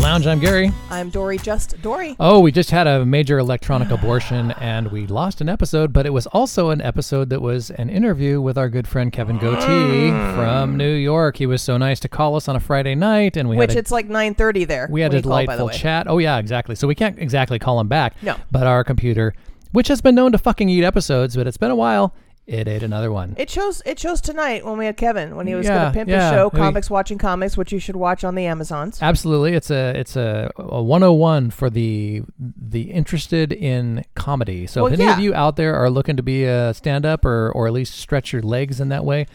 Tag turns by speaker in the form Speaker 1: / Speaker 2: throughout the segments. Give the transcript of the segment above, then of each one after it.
Speaker 1: Lounge. I'm Gary.
Speaker 2: I'm Dory, just Dory.
Speaker 1: Oh, we just had a major electronic abortion and we lost an episode, but it was also an episode that was an interview with our good friend Kevin Goatee
Speaker 2: Mm.
Speaker 1: from New York. He was so nice to call us on a Friday night and we
Speaker 2: which
Speaker 1: had a,
Speaker 2: it's like 9:30 there.
Speaker 1: we had
Speaker 2: when
Speaker 1: a
Speaker 2: you call, by the
Speaker 1: delightful
Speaker 2: way.
Speaker 1: chat. Oh yeah, exactly. So we can't exactly call him back.
Speaker 2: No.
Speaker 1: But our computer, which has been known to fucking eat episodes, but it's been a while, it ate another one.
Speaker 2: It shows. It shows tonight when we had Kevin when he was
Speaker 1: Yeah,
Speaker 2: going to pimp
Speaker 1: yeah,
Speaker 2: his show,
Speaker 1: we-
Speaker 2: comics watching comics, which you should watch on the Amazons.
Speaker 1: Absolutely, it's a it's a, a 101 for the the interested in comedy. So
Speaker 2: Well,
Speaker 1: if any of
Speaker 2: yeah.
Speaker 1: you out there are looking to be a stand up or or at least stretch your legs in that way,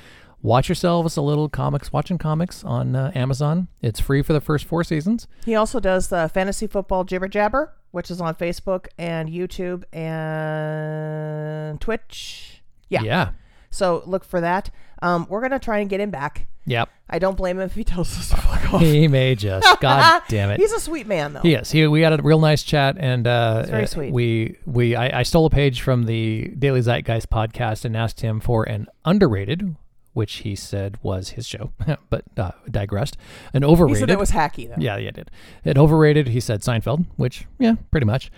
Speaker 1: watch yourselves a little comics watching comics on uh, Amazon. It's free for the first 4 seasons.
Speaker 2: He also does the fantasy football jibber jabber, which is on Facebook and YouTube and Twitch. Yeah.
Speaker 1: Yeah.
Speaker 2: So look for that. Um, we're gonna try and get him back.
Speaker 1: Yep.
Speaker 2: I don't blame him if he tells us to fuck off.
Speaker 1: He may just god damn it.
Speaker 2: He's a sweet man though.
Speaker 1: Yes, he, we had a real nice chat, and uh,
Speaker 2: very
Speaker 1: uh,
Speaker 2: sweet.
Speaker 1: we we I, I stole a page from the Daily Zeitgeist podcast and asked him for an underrated, which he said was his show, but uh, digressed. An
Speaker 2: he said
Speaker 1: overrated,
Speaker 2: it was hacky though.
Speaker 1: yeah, yeah, it did. An overrated, he said Seinfeld, which yeah, pretty much,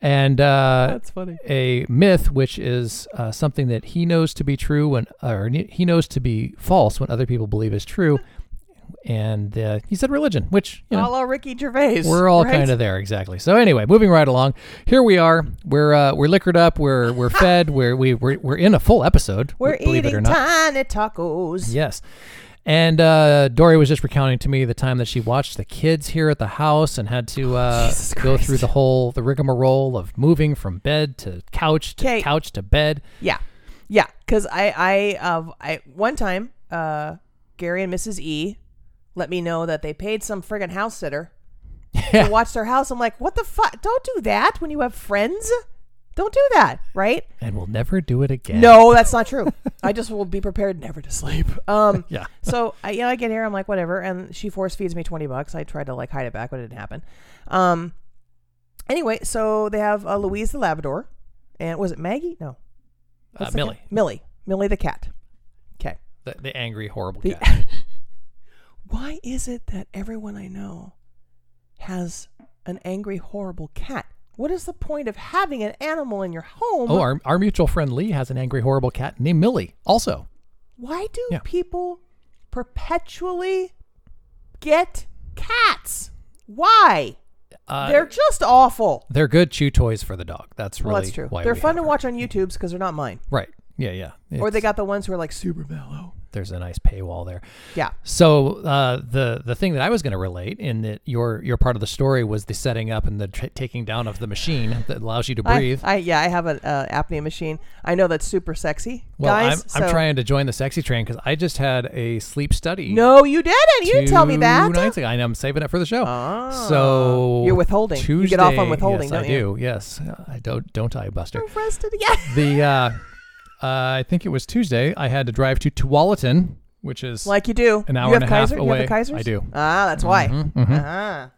Speaker 1: and uh,
Speaker 2: That's funny.
Speaker 1: a myth, which is uh, something that he knows to be true when, or he knows to be false when other people believe is true. And uh, he said religion, which you know,
Speaker 2: A la Ricky Gervais.
Speaker 1: we're all
Speaker 2: right?
Speaker 1: kind of there, exactly. So anyway, moving right along. Here we are. We're uh, we're liquored up. We're we're fed. We're we we're, we're in a full episode.
Speaker 2: We're
Speaker 1: believe it or
Speaker 2: eating
Speaker 1: not.
Speaker 2: tiny tacos.
Speaker 1: Yes. And uh, Dory was just recounting to me the time that she watched the kids here at the house and had to uh,
Speaker 2: Oh, Jesus
Speaker 1: go
Speaker 2: Christ.
Speaker 1: through the whole the rigmarole of moving from bed to couch to
Speaker 2: 'Kay.
Speaker 1: couch to bed.
Speaker 2: Yeah, yeah. Because I, I, uh, I one time, uh, Gary and Mrs. E let me know that they paid some friggin' house sitter
Speaker 1: Yeah.
Speaker 2: to watch their house. I'm like, what the fuck? Don't do that when you have friends. Don't do that, right?
Speaker 1: And we'll never do it again.
Speaker 2: No, that's not true. I just will be prepared never to sleep. Um,
Speaker 1: Yeah.
Speaker 2: so I, you know, I get here, I'm like, whatever, and she force feeds me twenty bucks. I tried to like hide it back, but it didn't happen. Um, anyway, so they have uh, Louise the Labrador, and was it Maggie? No,
Speaker 1: Uh,
Speaker 2: What's the cat?
Speaker 1: Millie,
Speaker 2: Millie, Millie the cat. Okay.
Speaker 1: the, the angry, horrible
Speaker 2: The-
Speaker 1: cat.
Speaker 2: Why is it that everyone I know has an angry, horrible cat? What is the point of having an animal in your home?
Speaker 1: Oh, our, our mutual friend Lee has an angry, horrible cat named Millie. Also,
Speaker 2: Why do
Speaker 1: Yeah.
Speaker 2: people perpetually get cats? Why?
Speaker 1: uh,
Speaker 2: They're just awful.
Speaker 1: They're good chew toys for the dog. That's really
Speaker 2: well, that's true.
Speaker 1: why
Speaker 2: They're
Speaker 1: we
Speaker 2: fun to
Speaker 1: have
Speaker 2: watch on YouTube's because they're not mine.
Speaker 1: them. Right. Yeah, yeah.
Speaker 2: or they
Speaker 1: It's-
Speaker 2: got the ones who are like super mellow.
Speaker 1: there's a nice paywall there.
Speaker 2: Yeah.
Speaker 1: So uh, the the thing that I was going to relate in that your your part of the story was the setting up and the t- taking down of the machine that allows you to
Speaker 2: I-
Speaker 1: breathe.
Speaker 2: I, yeah, I have an uh, apnea machine. I know that's super sexy,
Speaker 1: well,
Speaker 2: guys.
Speaker 1: I'm, I'm
Speaker 2: so-
Speaker 1: trying to join the sexy train because I just had a sleep study.
Speaker 2: No, you didn't. You didn't tell me
Speaker 1: two
Speaker 2: that.
Speaker 1: nights ago. I know I'm saving it for the show.
Speaker 2: Ah.
Speaker 1: so
Speaker 2: You're withholding.
Speaker 1: Tuesday,
Speaker 2: You get off on withholding,
Speaker 1: yes,
Speaker 2: don't
Speaker 1: I
Speaker 2: you?
Speaker 1: do. Yes, I don't. Don't I, Buster?
Speaker 2: Arrested again.
Speaker 1: the uh, uh, I think it was Tuesday. I had to drive to Tualatin, which is
Speaker 2: Like you do.
Speaker 1: An hour
Speaker 2: you have
Speaker 1: and a half
Speaker 2: Kaiser?
Speaker 1: away.
Speaker 2: You have the Kaisers?
Speaker 1: I do.
Speaker 2: Ah, that's why.
Speaker 1: Mhm, mhm.
Speaker 2: Uh-huh.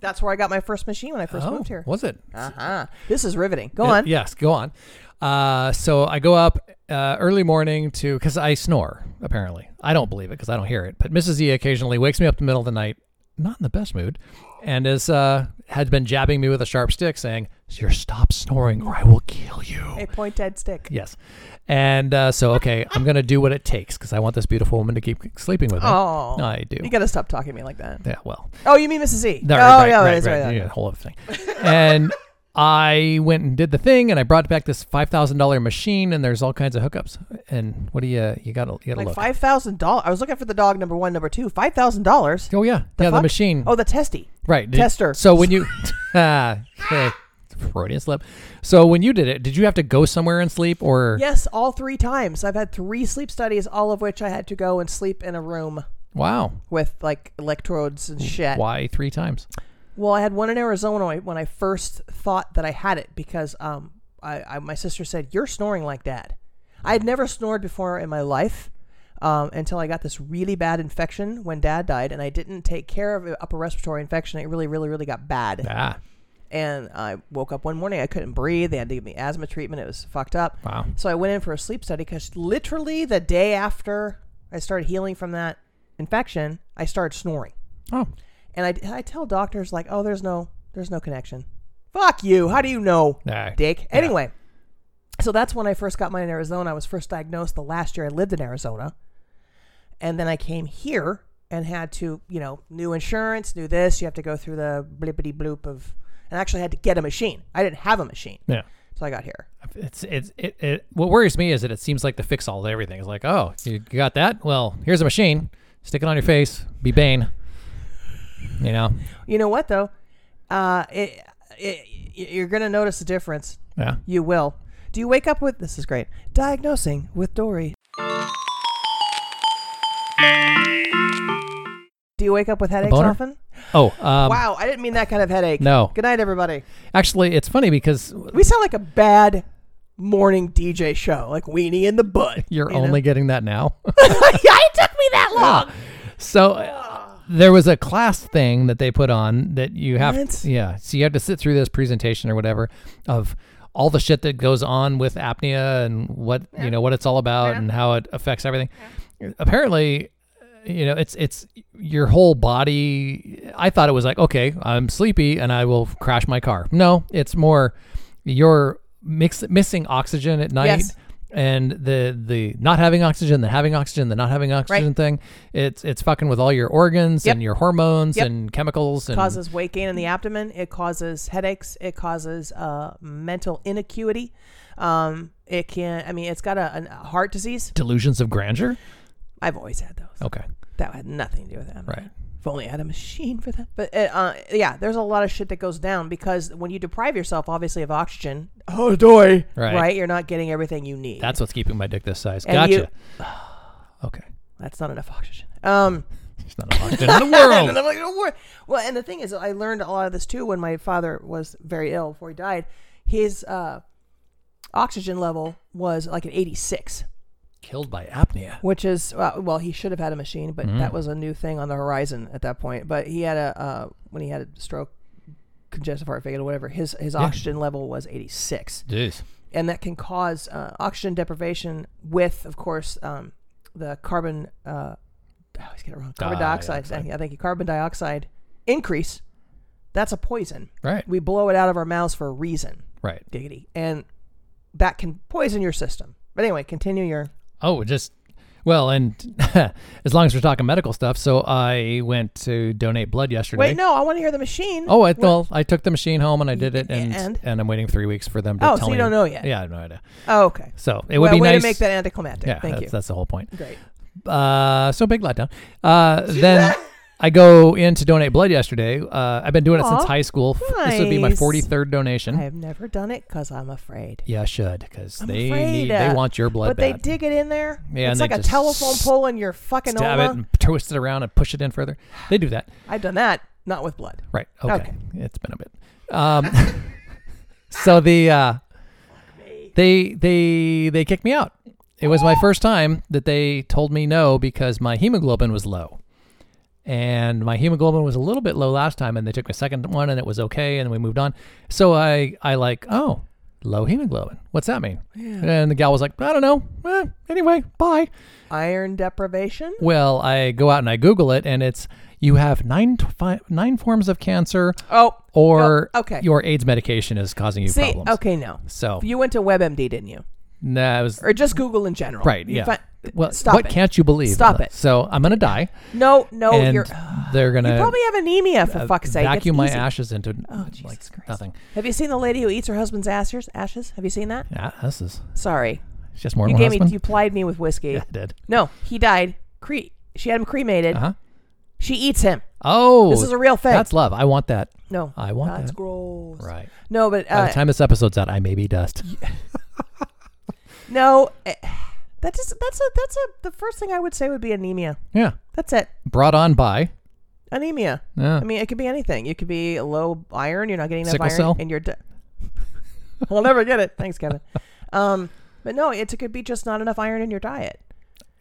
Speaker 2: That's where I got my first machine when I first
Speaker 1: oh,
Speaker 2: moved here.
Speaker 1: was it?
Speaker 2: Uh-huh. This is riveting. Go
Speaker 1: Uh,
Speaker 2: on.
Speaker 1: yes, go on. Uh, so I go up uh, early morning to because I snore. Apparently, I don't believe it because I don't hear it. But Mrs. E occasionally wakes me up in the middle of the night, not in the best mood, and is uh, had been jabbing me with a sharp stick, saying, "Sir, stop snoring, or I will kill you."
Speaker 2: A point dead stick.
Speaker 1: Yes, and uh, so okay, I'm gonna do what it takes because I want this beautiful woman to keep sleeping with me.
Speaker 2: Oh.
Speaker 1: I do.
Speaker 2: You got to stop talking to me like that.
Speaker 1: Yeah, well,
Speaker 2: Oh, you mean Mrs. E?
Speaker 1: no,
Speaker 2: oh,
Speaker 1: right,
Speaker 2: yeah,
Speaker 1: right,
Speaker 2: that is
Speaker 1: right,
Speaker 2: right.
Speaker 1: yeah, the whole other thing. And I went and did the thing, and I brought back this five thousand dollar machine, and there's all kinds of hookups. And what do you you got? to You got to
Speaker 2: Like
Speaker 1: look.
Speaker 2: five thousand dollars. I was looking for the dog number one, number two. Five thousand dollars.
Speaker 1: oh yeah, yeah, the machine.
Speaker 2: Oh, the testy.
Speaker 1: right, did-
Speaker 2: tester.
Speaker 1: So when you, ah, hey, Freudian slip. So when you did it, did you have to go somewhere and sleep, or
Speaker 2: Yes, all three times. I've had three sleep studies, all of which I had to go and sleep in a room
Speaker 1: wow,
Speaker 2: with like electrodes and shit.
Speaker 1: why three times?
Speaker 2: Well, I had one in Arizona when I- when I first thought that I had it because um, I, I my sister said you're snoring like that. I had never snored before in my life um, until I got this really bad infection when Dad died, and I didn't take care of an upper respiratory infection. It really, really, really got bad,
Speaker 1: Ah,
Speaker 2: and I woke up one morning I couldn't breathe. They had to give me asthma treatment. It was fucked up.
Speaker 1: wow.
Speaker 2: So I went in for a sleep study because literally the day after I started healing from that infection, I started snoring
Speaker 1: Oh,
Speaker 2: And I, I tell doctors like, oh, there's no there's no connection. Fuck you. How do you know,
Speaker 1: Nah.
Speaker 2: dick? Anyway, so that's when I first got mine in Arizona. I was first diagnosed the last year I lived in Arizona, and then I came here and had to you know new insurance, new this. You have to go through the blippity bloop of, and I actually had to get a machine. I didn't have a machine,
Speaker 1: Yeah.
Speaker 2: so I got here.
Speaker 1: It's it's it, it. What worries me is that it seems like the fix all to everything. It's like, oh, you got that? Well, here's a machine. Stick it on your face. Be Bane. You know.
Speaker 2: You know what though? Uh, it, it, you're gonna notice a difference.
Speaker 1: Yeah.
Speaker 2: You will. Do you wake up with this is great. Diagnosing with Dory. Do you wake up with headaches
Speaker 1: boner?
Speaker 2: often?
Speaker 1: Oh. Um,
Speaker 2: wow, I didn't mean that kind of headache.
Speaker 1: No.
Speaker 2: Good night, everybody.
Speaker 1: Actually, it's funny because
Speaker 2: We sound like a bad morning DJ show, like weenie in the butt.
Speaker 1: you're
Speaker 2: you know?
Speaker 1: only getting that now.
Speaker 2: yeah, it took me that long.
Speaker 1: So uh, there was a class thing that they put on that you have
Speaker 2: What?
Speaker 1: yeah. So you have to sit through this presentation or whatever of all the shit that goes on with apnea and what you know what it's all about and how it affects everything. Apparently, uh, you know, it's it's your whole body. I thought it was like, okay, I'm sleepy and I will crash my car. No, it's more you're mix, missing oxygen at night
Speaker 2: Yes.
Speaker 1: and the the not having oxygen, the having oxygen, the not having oxygen thing. It's it's fucking with all your organs
Speaker 2: Yep.
Speaker 1: and your hormones
Speaker 2: Yep.
Speaker 1: and chemicals and
Speaker 2: causes weight gain in the abdomen. It causes headaches. It causes uh, mental inacuity. Um, it can. I mean, it's got a, an- a heart disease.
Speaker 1: delusions of grandeur.
Speaker 2: I've always had those.
Speaker 1: Okay,
Speaker 2: That had nothing to do with that.
Speaker 1: Oh. right.
Speaker 2: If only I had a machine for that. But uh, uh, yeah, there's a lot of shit that goes down because when you deprive yourself, obviously, of oxygen. Oh, doy.
Speaker 1: Right.
Speaker 2: Right. You're not getting everything you need.
Speaker 1: That's what's keeping my dick this size.
Speaker 2: And
Speaker 1: Gotcha.
Speaker 2: you-
Speaker 1: okay,
Speaker 2: That's not enough oxygen. Um.
Speaker 1: it's not a oxygen in the world.
Speaker 2: And I'm like, "Don't worry." Well, and the thing is, I learned a lot of this too when my father was very ill before he died. His uh, oxygen level was like an 86,
Speaker 1: Killed by apnea.
Speaker 2: which is uh, well, he should have had a machine, but that was a new thing on the horizon at that point. But he had a uh, when he had a stroke, congestive heart failure, whatever. His his oxygen level was 86
Speaker 1: Jeez.
Speaker 2: and that can cause uh, oxygen deprivation with, of course, um, the carbon. Uh, I always get it wrong. Carbon dioxide. I think- I think carbon dioxide increase. That's a poison.
Speaker 1: Right.
Speaker 2: We blow it out of our mouths for a reason.
Speaker 1: Right.
Speaker 2: Giggity, and that can poison your system. But anyway, continue your.
Speaker 1: Oh, just well, and as long as we're talking medical stuff, so I went to donate blood yesterday.
Speaker 2: Wait, no, I want to hear the machine.
Speaker 1: Oh, I, well, I took the machine home and I did it, and and,
Speaker 2: And?
Speaker 1: I'm waiting three weeks for them to
Speaker 2: Oh,
Speaker 1: tell
Speaker 2: so you
Speaker 1: me.
Speaker 2: don't know yet.
Speaker 1: Yeah, I have no idea.
Speaker 2: Oh, okay.
Speaker 1: So it would
Speaker 2: well,
Speaker 1: be
Speaker 2: way
Speaker 1: nice.
Speaker 2: to make that anticlimactic.
Speaker 1: yeah,
Speaker 2: Thank
Speaker 1: that's,
Speaker 2: you.
Speaker 1: that's the whole point.
Speaker 2: Great.
Speaker 1: Uh, so big letdown. Uh, then I go in to donate blood yesterday. Uh, I've been doing it since
Speaker 2: Aw,
Speaker 1: high school. F- This would be my
Speaker 2: nice.
Speaker 1: 43rd donation.
Speaker 2: I have never done it because I'm afraid.
Speaker 1: yeah, I should because they
Speaker 2: afraid,
Speaker 1: need,
Speaker 2: uh,
Speaker 1: they want your blood
Speaker 2: But they
Speaker 1: bad.
Speaker 2: dig it in there.
Speaker 1: Yeah, and
Speaker 2: it's like
Speaker 1: they
Speaker 2: a
Speaker 1: just
Speaker 2: telephone pole in your fucking
Speaker 1: Stab it
Speaker 2: ulna.
Speaker 1: and twist it around and push it in further. They do that.
Speaker 2: I've done that, not with blood.
Speaker 1: Right. Okay.
Speaker 2: Okay.
Speaker 1: It's been a bit. Um, so the uh, they they they kicked me out. It was my first time that they told me no because my hemoglobin was low. And my hemoglobin was a little bit low last time, and they took my second one, and it was okay, and we moved on. So I, I like, oh, low hemoglobin. What's that mean? And the gal was like, I don't know. Eh, anyway, bye.
Speaker 2: Iron deprivation.
Speaker 1: Well, I go out and I Google it, and it's you have nine t- fi- nine forms of cancer,
Speaker 2: Oh,
Speaker 1: or
Speaker 2: Oh, okay.
Speaker 1: your AIDS medication is causing you
Speaker 2: see,
Speaker 1: problems.
Speaker 2: okay, no.
Speaker 1: So
Speaker 2: You went to WebMD, didn't you?
Speaker 1: nah, it was
Speaker 2: Or just Google in general?
Speaker 1: right.
Speaker 2: You
Speaker 1: Yeah.
Speaker 2: fi-
Speaker 1: well,
Speaker 2: stop
Speaker 1: what
Speaker 2: it.
Speaker 1: can't you believe?
Speaker 2: Stop it.
Speaker 1: So I'm gonna die,
Speaker 2: No, no.
Speaker 1: and
Speaker 2: you're,
Speaker 1: they're gonna
Speaker 2: you probably have anemia for
Speaker 1: uh,
Speaker 2: fuck's sake. It's
Speaker 1: vacuum my
Speaker 2: easy.
Speaker 1: ashes into
Speaker 2: Oh,
Speaker 1: like
Speaker 2: Jesus Christ.
Speaker 1: nothing.
Speaker 2: Have you seen the lady who eats her husband's ashes? Ashes? Have you seen that?
Speaker 1: Yeah, this is
Speaker 2: Sorry,
Speaker 1: it's just more
Speaker 2: you
Speaker 1: than my
Speaker 2: gave
Speaker 1: husband.
Speaker 2: me, you plied me with whiskey.
Speaker 1: yeah, I did.
Speaker 2: No, he died. Cre- she had him cremated.
Speaker 1: Uh huh.
Speaker 2: She eats him.
Speaker 1: Oh,
Speaker 2: This is a real thing.
Speaker 1: That's love. I want that.
Speaker 2: no,
Speaker 1: I want
Speaker 2: that's
Speaker 1: that.
Speaker 2: gross.
Speaker 1: Right.
Speaker 2: No, but
Speaker 1: By
Speaker 2: uh,
Speaker 1: the time this episode's out, I may be dust.
Speaker 2: no. eh, That just that's a that's a the first thing I would say would be anemia.
Speaker 1: Yeah.
Speaker 2: That's it.
Speaker 1: Brought on by. uh,
Speaker 2: anemia.
Speaker 1: Yeah.
Speaker 2: I mean, it could be anything. It could be low iron. You're not getting enough
Speaker 1: Sickle
Speaker 2: iron,
Speaker 1: cell?
Speaker 2: and you're. De- I'll never get it. Thanks, Kevin. Um, but no, it's, it could be just not enough iron in your diet.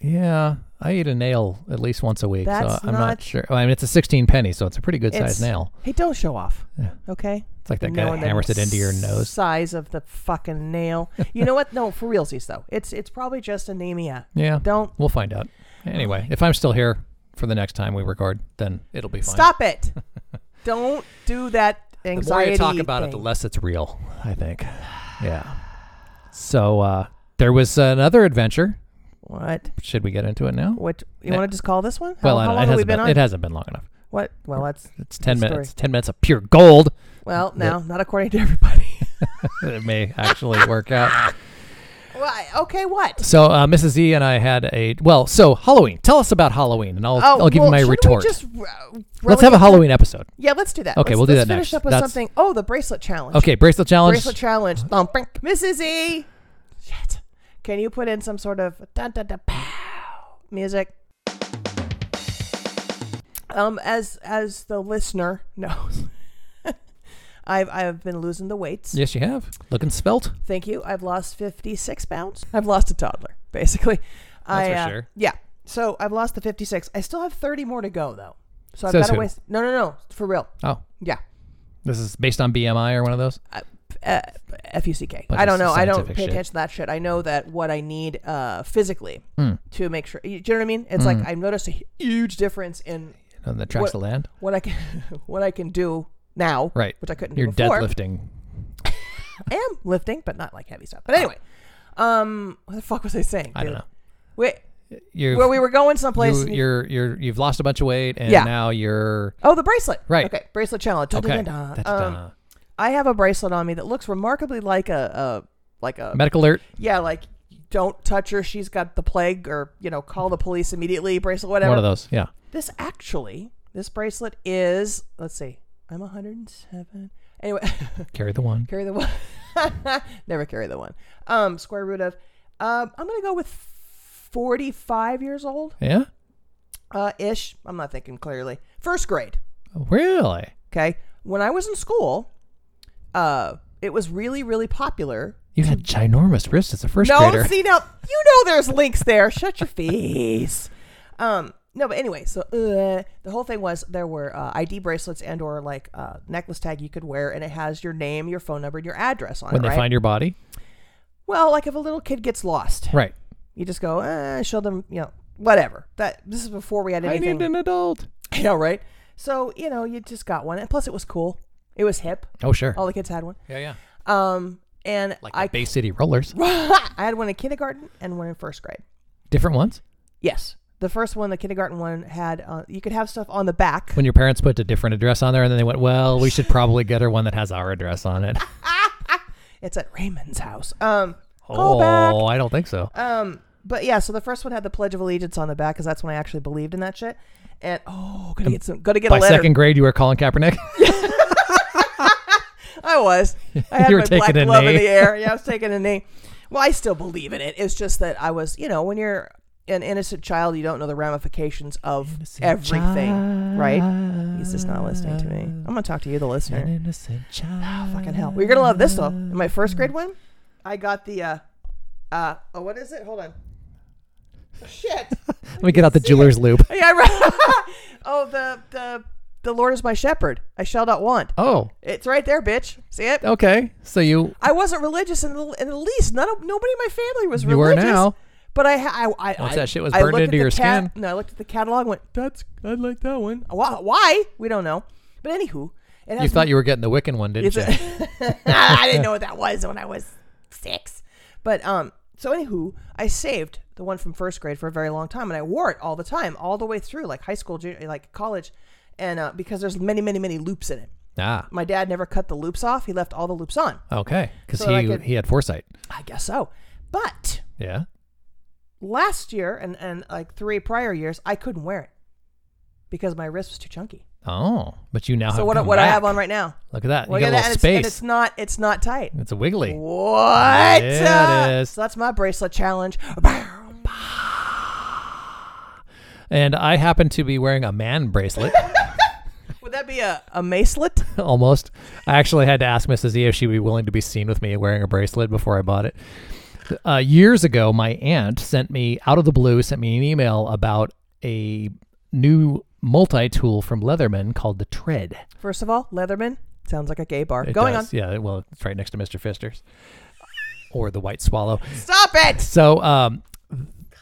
Speaker 1: Yeah, I eat a nail at least once a week, so
Speaker 2: That's
Speaker 1: I'm not,
Speaker 2: not-
Speaker 1: sure. Well, I mean, it's a 16 penny, so it's a pretty good
Speaker 2: It's-
Speaker 1: sized nail.
Speaker 2: Hey, don't show off.
Speaker 1: Yeah.
Speaker 2: Okay.
Speaker 1: It's like that guy
Speaker 2: Knowing
Speaker 1: that
Speaker 2: the
Speaker 1: hammers it into your nose.
Speaker 2: Size of the fucking nail. You know what? No, for realsies though. It's it's probably just anemia.
Speaker 1: Yeah,
Speaker 2: Don't.
Speaker 1: we'll find out. Anyway, if I'm still here, for the next time we record, then it'll be fine.
Speaker 2: Stop it! Don't do that
Speaker 1: The more
Speaker 2: anxiety.
Speaker 1: you talk about it, the
Speaker 2: thing.
Speaker 1: less it's real. I think. Yeah. So uh, there was another adventure.
Speaker 2: What?
Speaker 1: Should we get into it now?
Speaker 2: What? You
Speaker 1: Yeah.
Speaker 2: want to just call this one? How,
Speaker 1: Eh, well, I
Speaker 2: how
Speaker 1: don't-
Speaker 2: long
Speaker 1: it
Speaker 2: have
Speaker 1: hasn't
Speaker 2: we been
Speaker 1: been,
Speaker 2: on?
Speaker 1: it hasn't been long enough.
Speaker 2: what? Well, that's
Speaker 1: It's ten
Speaker 2: Good
Speaker 1: minutes. Ten minutes of pure gold.
Speaker 2: well.
Speaker 1: Yeah.
Speaker 2: Now, not according to everybody.
Speaker 1: it may actually work out.
Speaker 2: Why? Okay, what?
Speaker 1: So uh, Mrs. Z and I had a well. So Halloween. Tell us about Halloween, and I'll I'll give
Speaker 2: Oh, well,
Speaker 1: you my
Speaker 2: shouldn't we
Speaker 1: retort.
Speaker 2: just re-
Speaker 1: Let's have a
Speaker 2: relegate-
Speaker 1: Halloween episode.
Speaker 2: Yeah, let's do that.
Speaker 1: Okay,
Speaker 2: Let's-
Speaker 1: we'll do
Speaker 2: let's
Speaker 1: that next.
Speaker 2: finish up with
Speaker 1: That's-
Speaker 2: something. Oh, the bracelet challenge.
Speaker 1: Okay, bracelet challenge.
Speaker 2: Bracelet challenge. Thump, brink. Mrs. E. Shit. Can you put in some sort of da da da pow music? Um, as as the listener knows, I've I've been losing the weights.
Speaker 1: Yes, you have. Looking svelte.
Speaker 2: Thank you. I've lost 56 pounds. I've lost a toddler, basically. I,
Speaker 1: for
Speaker 2: uh,
Speaker 1: sure.
Speaker 2: Yeah. So I've lost the 56. I still have 30 more to go, though. So I've
Speaker 1: Says
Speaker 2: got to
Speaker 1: who?
Speaker 2: waste. No, no, no. For real.
Speaker 1: Oh,
Speaker 2: Yeah.
Speaker 1: this is based on BMI or one of those.
Speaker 2: Uh, F U C K.
Speaker 1: Bunch
Speaker 2: I don't
Speaker 1: of
Speaker 2: know. I don't
Speaker 1: scientific
Speaker 2: pay
Speaker 1: shit.
Speaker 2: attention to that shit. I know that what I need uh, physically
Speaker 1: Hmm.
Speaker 2: to make sure. You, do you know what I mean? It's like I've noticed a huge difference in
Speaker 1: On the tracks
Speaker 2: What-
Speaker 1: of land.
Speaker 2: what I can what I can do now,
Speaker 1: Right.
Speaker 2: Which I couldn't
Speaker 1: You're
Speaker 2: do before.
Speaker 1: deadlifting.
Speaker 2: I am lifting, but not like heavy stuff. But anyway, um, what the fuck was I saying?
Speaker 1: I don't
Speaker 2: dude?
Speaker 1: know.
Speaker 2: Wait,
Speaker 1: You're
Speaker 2: where we were going someplace.
Speaker 1: you,
Speaker 2: and you-
Speaker 1: you're you're you've lost a bunch of weight and
Speaker 2: Yeah.
Speaker 1: now you're
Speaker 2: Oh, the bracelet.
Speaker 1: Right.
Speaker 2: Okay. Bracelet challenge. Dun,
Speaker 1: okay.
Speaker 2: dun, dun, dun. Um,
Speaker 1: Da-da-da.
Speaker 2: I have a bracelet on me that looks remarkably like a, a like a
Speaker 1: Medical alert.
Speaker 2: yeah, like don't touch her. She's got the plague, or you know, call the police immediately. Bracelet, whatever.
Speaker 1: One of those. Yeah.
Speaker 2: This actually, this bracelet is. Let's see. I'm 107. Anyway,
Speaker 1: Carry the one.
Speaker 2: carry the one. Never carry the one. Um, square root of. Um, I'm gonna go with 45 years old,
Speaker 1: Yeah.
Speaker 2: uh, ish. I'm not thinking clearly. First grade.
Speaker 1: Really?
Speaker 2: Okay. When I was in school, uh, it was really, really popular.
Speaker 1: You had ginormous wrists as a first
Speaker 2: No,
Speaker 1: grader.
Speaker 2: see now, you know there's links there. Shut your face. Um, no, but anyway, so uh, the whole thing was there were uh, ID bracelets and or like uh, necklace tag you could wear, and it has your name, your phone number, and your address on
Speaker 1: when
Speaker 2: it,
Speaker 1: they
Speaker 2: right?
Speaker 1: find your body.
Speaker 2: well, like if a little kid gets lost,
Speaker 1: Right.
Speaker 2: you just go uh, show them, you know, whatever. That this is before we had anything.
Speaker 1: I need an adult.
Speaker 2: I know, right? So you know, you just got one, and plus it was cool. It was hip.
Speaker 1: Oh sure.
Speaker 2: All the kids had one.
Speaker 1: Yeah, yeah.
Speaker 2: Um, and
Speaker 1: Like
Speaker 2: I,
Speaker 1: the Bay City Rollers.
Speaker 2: I had one in kindergarten and one in first grade.
Speaker 1: Different ones.
Speaker 2: Yes, the first one, the kindergarten one, had uh, you could have stuff on the back.
Speaker 1: When your parents put a different address on there, and then they went, "Well, we should probably get her one that has our address on it."
Speaker 2: It's at Raymond's house. Um, go back.
Speaker 1: oh, I don't think so.
Speaker 2: Um, but yeah, so the first one had the Pledge of Allegiance on the back because that's when I actually believed in that shit. And oh, gonna get some, gonna get
Speaker 1: By
Speaker 2: a letter.
Speaker 1: second grade, you were Colin Kaepernick.
Speaker 2: I was. I had
Speaker 1: You were
Speaker 2: my black
Speaker 1: taking a
Speaker 2: glove in
Speaker 1: knee.
Speaker 2: the air. Yeah, I was taking a knee. Well, I still believe in it. It's just that I was, you know, when you're an innocent child, you don't know the ramifications of everything, right? He's just not listening to me. I'm gonna talk to you, the listener.
Speaker 1: child.
Speaker 2: Fucking hell. Well, you're gonna love this though. In my first grade one, I got the uh uh oh what is it? Hold on. Shit.
Speaker 1: Let me get out the jeweler's loop.
Speaker 2: yeah, right. oh the the the Lord is my shepherd. I shall not want.
Speaker 1: Oh,
Speaker 2: It's right there, bitch. See it?
Speaker 1: okay. So you
Speaker 2: I wasn't religious in the, in the least. None of nobody in my family was
Speaker 1: You were
Speaker 2: religious.
Speaker 1: now.
Speaker 2: But I, ha- I, I
Speaker 1: Once
Speaker 2: I-
Speaker 1: that shit was
Speaker 2: I
Speaker 1: burned
Speaker 2: looked at
Speaker 1: into
Speaker 2: the
Speaker 1: your
Speaker 2: cat-
Speaker 1: skin.
Speaker 2: No, I looked at the catalog, and went, "That's I'd like that one." Why? why? We don't know. But anywho, it has
Speaker 1: you thought you were getting the Wiccan one, didn't
Speaker 2: It's
Speaker 1: you?
Speaker 2: a- I didn't know what that was when I was six. But um, so anywho, I saved the one from first grade for a very long time, and I wore it all the time, all the way through, like high school, junior, like college, and uh, because there's many, many, many loops in it.
Speaker 1: ah,
Speaker 2: My dad never cut the loops off; he left all the loops on.
Speaker 1: okay. Because
Speaker 2: So I
Speaker 1: he
Speaker 2: could-
Speaker 1: he had foresight.
Speaker 2: I guess so. But
Speaker 1: Yeah.
Speaker 2: last year and and like three prior years, I couldn't wear it because my wrist was too chunky.
Speaker 1: Oh, but you now have
Speaker 2: So what
Speaker 1: come
Speaker 2: what I
Speaker 1: back.
Speaker 2: have on right now?
Speaker 1: Look at that.
Speaker 2: Look
Speaker 1: you
Speaker 2: at
Speaker 1: got a
Speaker 2: that,
Speaker 1: little
Speaker 2: and it's,
Speaker 1: space.
Speaker 2: and it's not it's Oh. not tight.
Speaker 1: It's a wiggly.
Speaker 2: What?
Speaker 1: Yeah, it
Speaker 2: Uh,
Speaker 1: is.
Speaker 2: So that's my bracelet challenge.
Speaker 1: And I happen to be wearing a man bracelet
Speaker 2: Would that be a, a macelet?
Speaker 1: almost. I actually had to ask Mrs. E if she would be willing to be seen with me wearing a bracelet before I bought it. Uh, years ago, my aunt sent me, out of the blue, sent me an email about a new multi tool from Leatherman called the Tread.
Speaker 2: First of all, Leatherman sounds like a gay bar.
Speaker 1: It
Speaker 2: Going
Speaker 1: does. Yeah, well, it's right next to Mr. Fister's or the White Swallow.
Speaker 2: on. Stop it!
Speaker 1: So um,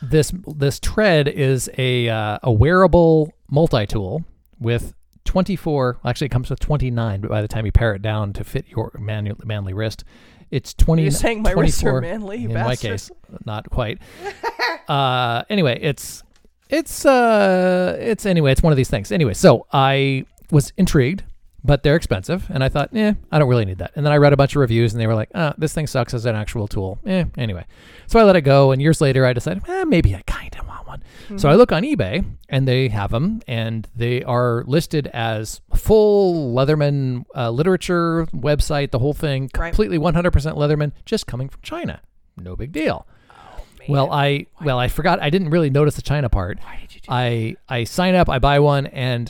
Speaker 1: this this tread is a uh, a wearable multi tool with 24. Actually, it comes with 29, but by the time you pare it down to fit your manual, manly wrist, it's 20.
Speaker 2: You're saying my
Speaker 1: 24,
Speaker 2: wrists are manly, you
Speaker 1: In my
Speaker 2: bastard.
Speaker 1: case, not quite. uh, anyway, it's it's uh it's anyway it's one of these things. Anyway, so I was intrigued, but they're expensive, and I thought, eh, I don't really need that. And then I read a bunch of reviews, and they were like, uh, this thing sucks as an actual tool. Eh, anyway, so I let it go, and years later, I decided, eh, maybe I kind of want one. So I look on eBay, and they have them, and they are listed as full Leatherman uh, literature website, the whole thing,
Speaker 2: Right.
Speaker 1: completely 100% Leatherman, just coming from China. No big deal. Well, I well I forgot I didn't really notice the China part.
Speaker 2: Why did you do
Speaker 1: I I sign up, I buy one, and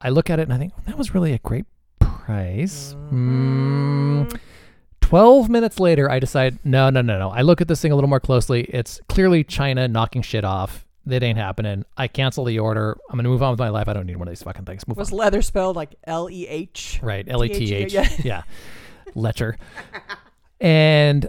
Speaker 1: I look at it and I think "Oh, that was really a great price. Mm. Twelve minutes later, I decide no, no, no, no. I look at this thing a little more closely. It's clearly China knocking shit off. That ain't happening. I cancel the order. I'm gonna move on with my life. I don't need one of these fucking things. Move
Speaker 2: Was leather spelled like L E H?
Speaker 1: on. Right? L e t h.
Speaker 2: yeah.
Speaker 1: Yeah. Lecher. And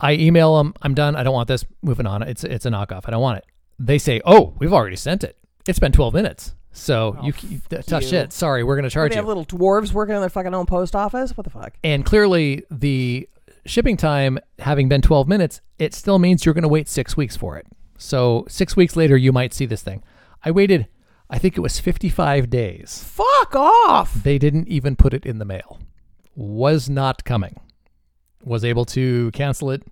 Speaker 1: I email them. I'm done. I don't want this. Moving on. It's it's a knockoff. I don't want it. They say, oh, we've already sent it. It's been 12 minutes. So you, you tough
Speaker 2: you.
Speaker 1: shit. Sorry, we're gonna charge
Speaker 2: They
Speaker 1: you.
Speaker 2: have little dwarves working on their fucking own post office. What the fuck?
Speaker 1: and clearly, the shipping time having been 12 minutes, it still means you're gonna wait six weeks for it. So six weeks later, you might see this thing. I waited. I think it was 55 days.
Speaker 2: Fuck off!
Speaker 1: They didn't even put it in the mail. Was not coming. Was able to cancel it,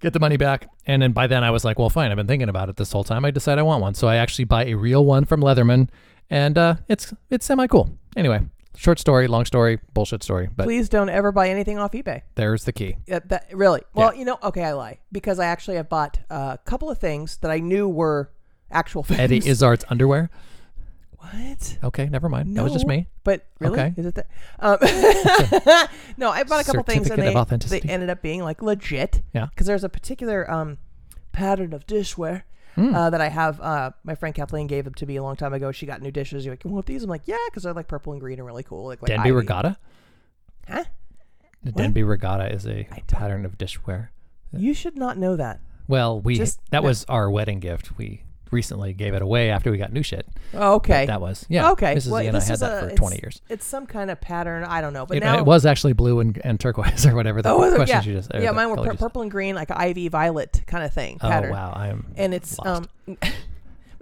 Speaker 1: get the money back. And then by then I was like, well, fine. I've been thinking about it this whole time. I decide I want one. So I actually buy a real one from Leatherman and uh, it's it's semi cool. Anyway, short story, long story, bullshit story. But
Speaker 2: Please don't ever buy anything off eBay.
Speaker 1: there's the key.
Speaker 2: That, that really. Well, you know, okay, I lie because I actually have bought uh, a couple of things that I knew were actual things.
Speaker 1: Eddie Izzard's underwear.
Speaker 2: what?
Speaker 1: Okay, never mind. That was just
Speaker 2: No.
Speaker 1: me.
Speaker 2: But really,
Speaker 1: Okay.
Speaker 2: is it that? Um, no, I bought a couple things and
Speaker 1: Certificate
Speaker 2: they,
Speaker 1: of authenticity.
Speaker 2: they ended up being like legit.
Speaker 1: Yeah.
Speaker 2: Because there's a particular um, pattern of dishware
Speaker 1: Hmm.
Speaker 2: uh, that I have. Uh, my friend Kathleen gave them to me a long time ago. She got new dishes. You're like, you want these? I'm like, yeah, because I like purple and green and really cool. Like, like
Speaker 1: Denby
Speaker 2: ivy.
Speaker 1: Regatta.
Speaker 2: Huh?
Speaker 1: The Denby Regatta is a pattern of dishware.
Speaker 2: You should not know that.
Speaker 1: Well, we
Speaker 2: Just-
Speaker 1: that was our wedding gift. We recently gave it away after we got new shit.
Speaker 2: Oh, okay.
Speaker 1: That was yeah.
Speaker 2: okay.
Speaker 1: Mrs.
Speaker 2: well,
Speaker 1: Z and
Speaker 2: this
Speaker 1: I had
Speaker 2: is a,
Speaker 1: that for
Speaker 2: it's-
Speaker 1: 20 years.
Speaker 2: It's some kind of pattern. I don't know. But
Speaker 1: It,
Speaker 2: now
Speaker 1: it was actually blue and, and turquoise or whatever. The
Speaker 2: Oh, was it?
Speaker 1: questions
Speaker 2: yeah.
Speaker 1: you just or
Speaker 2: yeah,
Speaker 1: the
Speaker 2: mine were
Speaker 1: colors
Speaker 2: pur-
Speaker 1: you just-
Speaker 2: purple and green, like ivy violet kind of thing.
Speaker 1: Oh
Speaker 2: pattern.
Speaker 1: wow, I'm
Speaker 2: And it's
Speaker 1: lost.
Speaker 2: um. but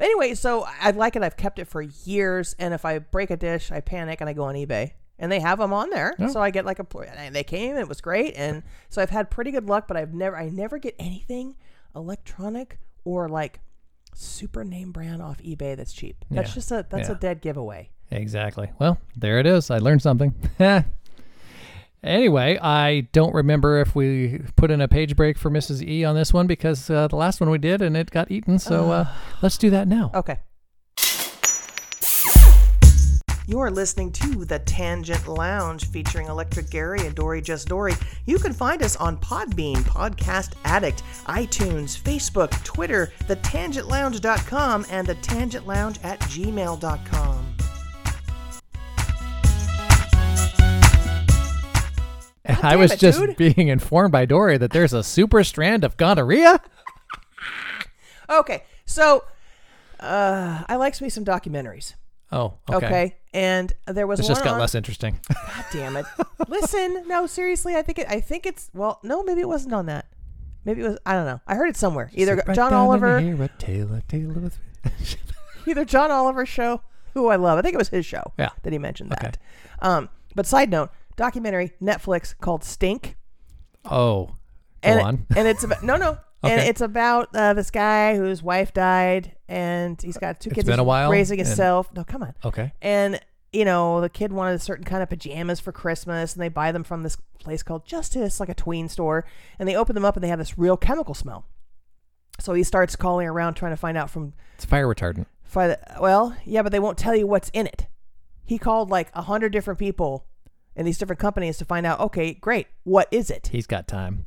Speaker 2: anyway, so I like it. I've kept it for years, and if I break a dish, I panic and I go on eBay, and they have them on there.
Speaker 1: Oh.
Speaker 2: So I get like a. pl- And they came. It was great, and so I've had pretty good luck. But I've never, I never get anything electronic or like super name brand off eBay that's cheap. That's
Speaker 1: Yeah.
Speaker 2: just a that's a
Speaker 1: Yeah.
Speaker 2: dead giveaway.
Speaker 1: exactly. Well, there it is. I learned something. anyway, I don't remember if we put in a page break for Mrs. E on this one because uh, the last one we did and it got eaten. So uh, let's do that now.
Speaker 2: Okay. You're listening to The Tangent Lounge featuring Electric Gary and Dory Just Dory. You can find us on Podbean, Podcast Addict, iTunes, Facebook, Twitter, thetangentlounge.com, and thetangentlounge at gmail.com.
Speaker 1: I was
Speaker 2: it,
Speaker 1: just
Speaker 2: dude.
Speaker 1: being informed by Dory that there's a super strand of gonorrhea.
Speaker 2: Okay, so uh, I likes me some documentaries.
Speaker 1: Oh, okay.
Speaker 2: Okay. And there was
Speaker 1: This
Speaker 2: one
Speaker 1: just got
Speaker 2: on-
Speaker 1: less interesting.
Speaker 2: God damn it. Listen, no, seriously, I think it I think it's well, no, maybe it wasn't on that. Maybe it was I don't know. I heard it somewhere. Either
Speaker 1: Sit right
Speaker 2: John
Speaker 1: down and
Speaker 2: Oliver,
Speaker 1: hear a tale, a tale of-
Speaker 2: either John Oliver show, who I love. I think it was his show
Speaker 1: Yeah.
Speaker 2: that he mentioned
Speaker 1: Okay.
Speaker 2: that. Um, but side note, documentary Netflix called Stink.
Speaker 1: Oh, go
Speaker 2: And,
Speaker 1: on.
Speaker 2: and it's about no no. And
Speaker 1: Okay.
Speaker 2: it's about uh, this guy whose wife died, and he's got two kids.
Speaker 1: been
Speaker 2: he's
Speaker 1: a while,
Speaker 2: raising
Speaker 1: and-
Speaker 2: himself. No, come on.
Speaker 1: Okay.
Speaker 2: and you know the kid wanted a certain kind of pajamas for christmas and they buy them from this place called justice like a tween store and they open them up and they have this real chemical smell so he starts calling around trying to find out from
Speaker 1: It's fire retardant.
Speaker 2: fi- well yeah but they won't tell you what's in it he called like a hundred different people in these different companies to find out okay great what is it
Speaker 1: He's got time.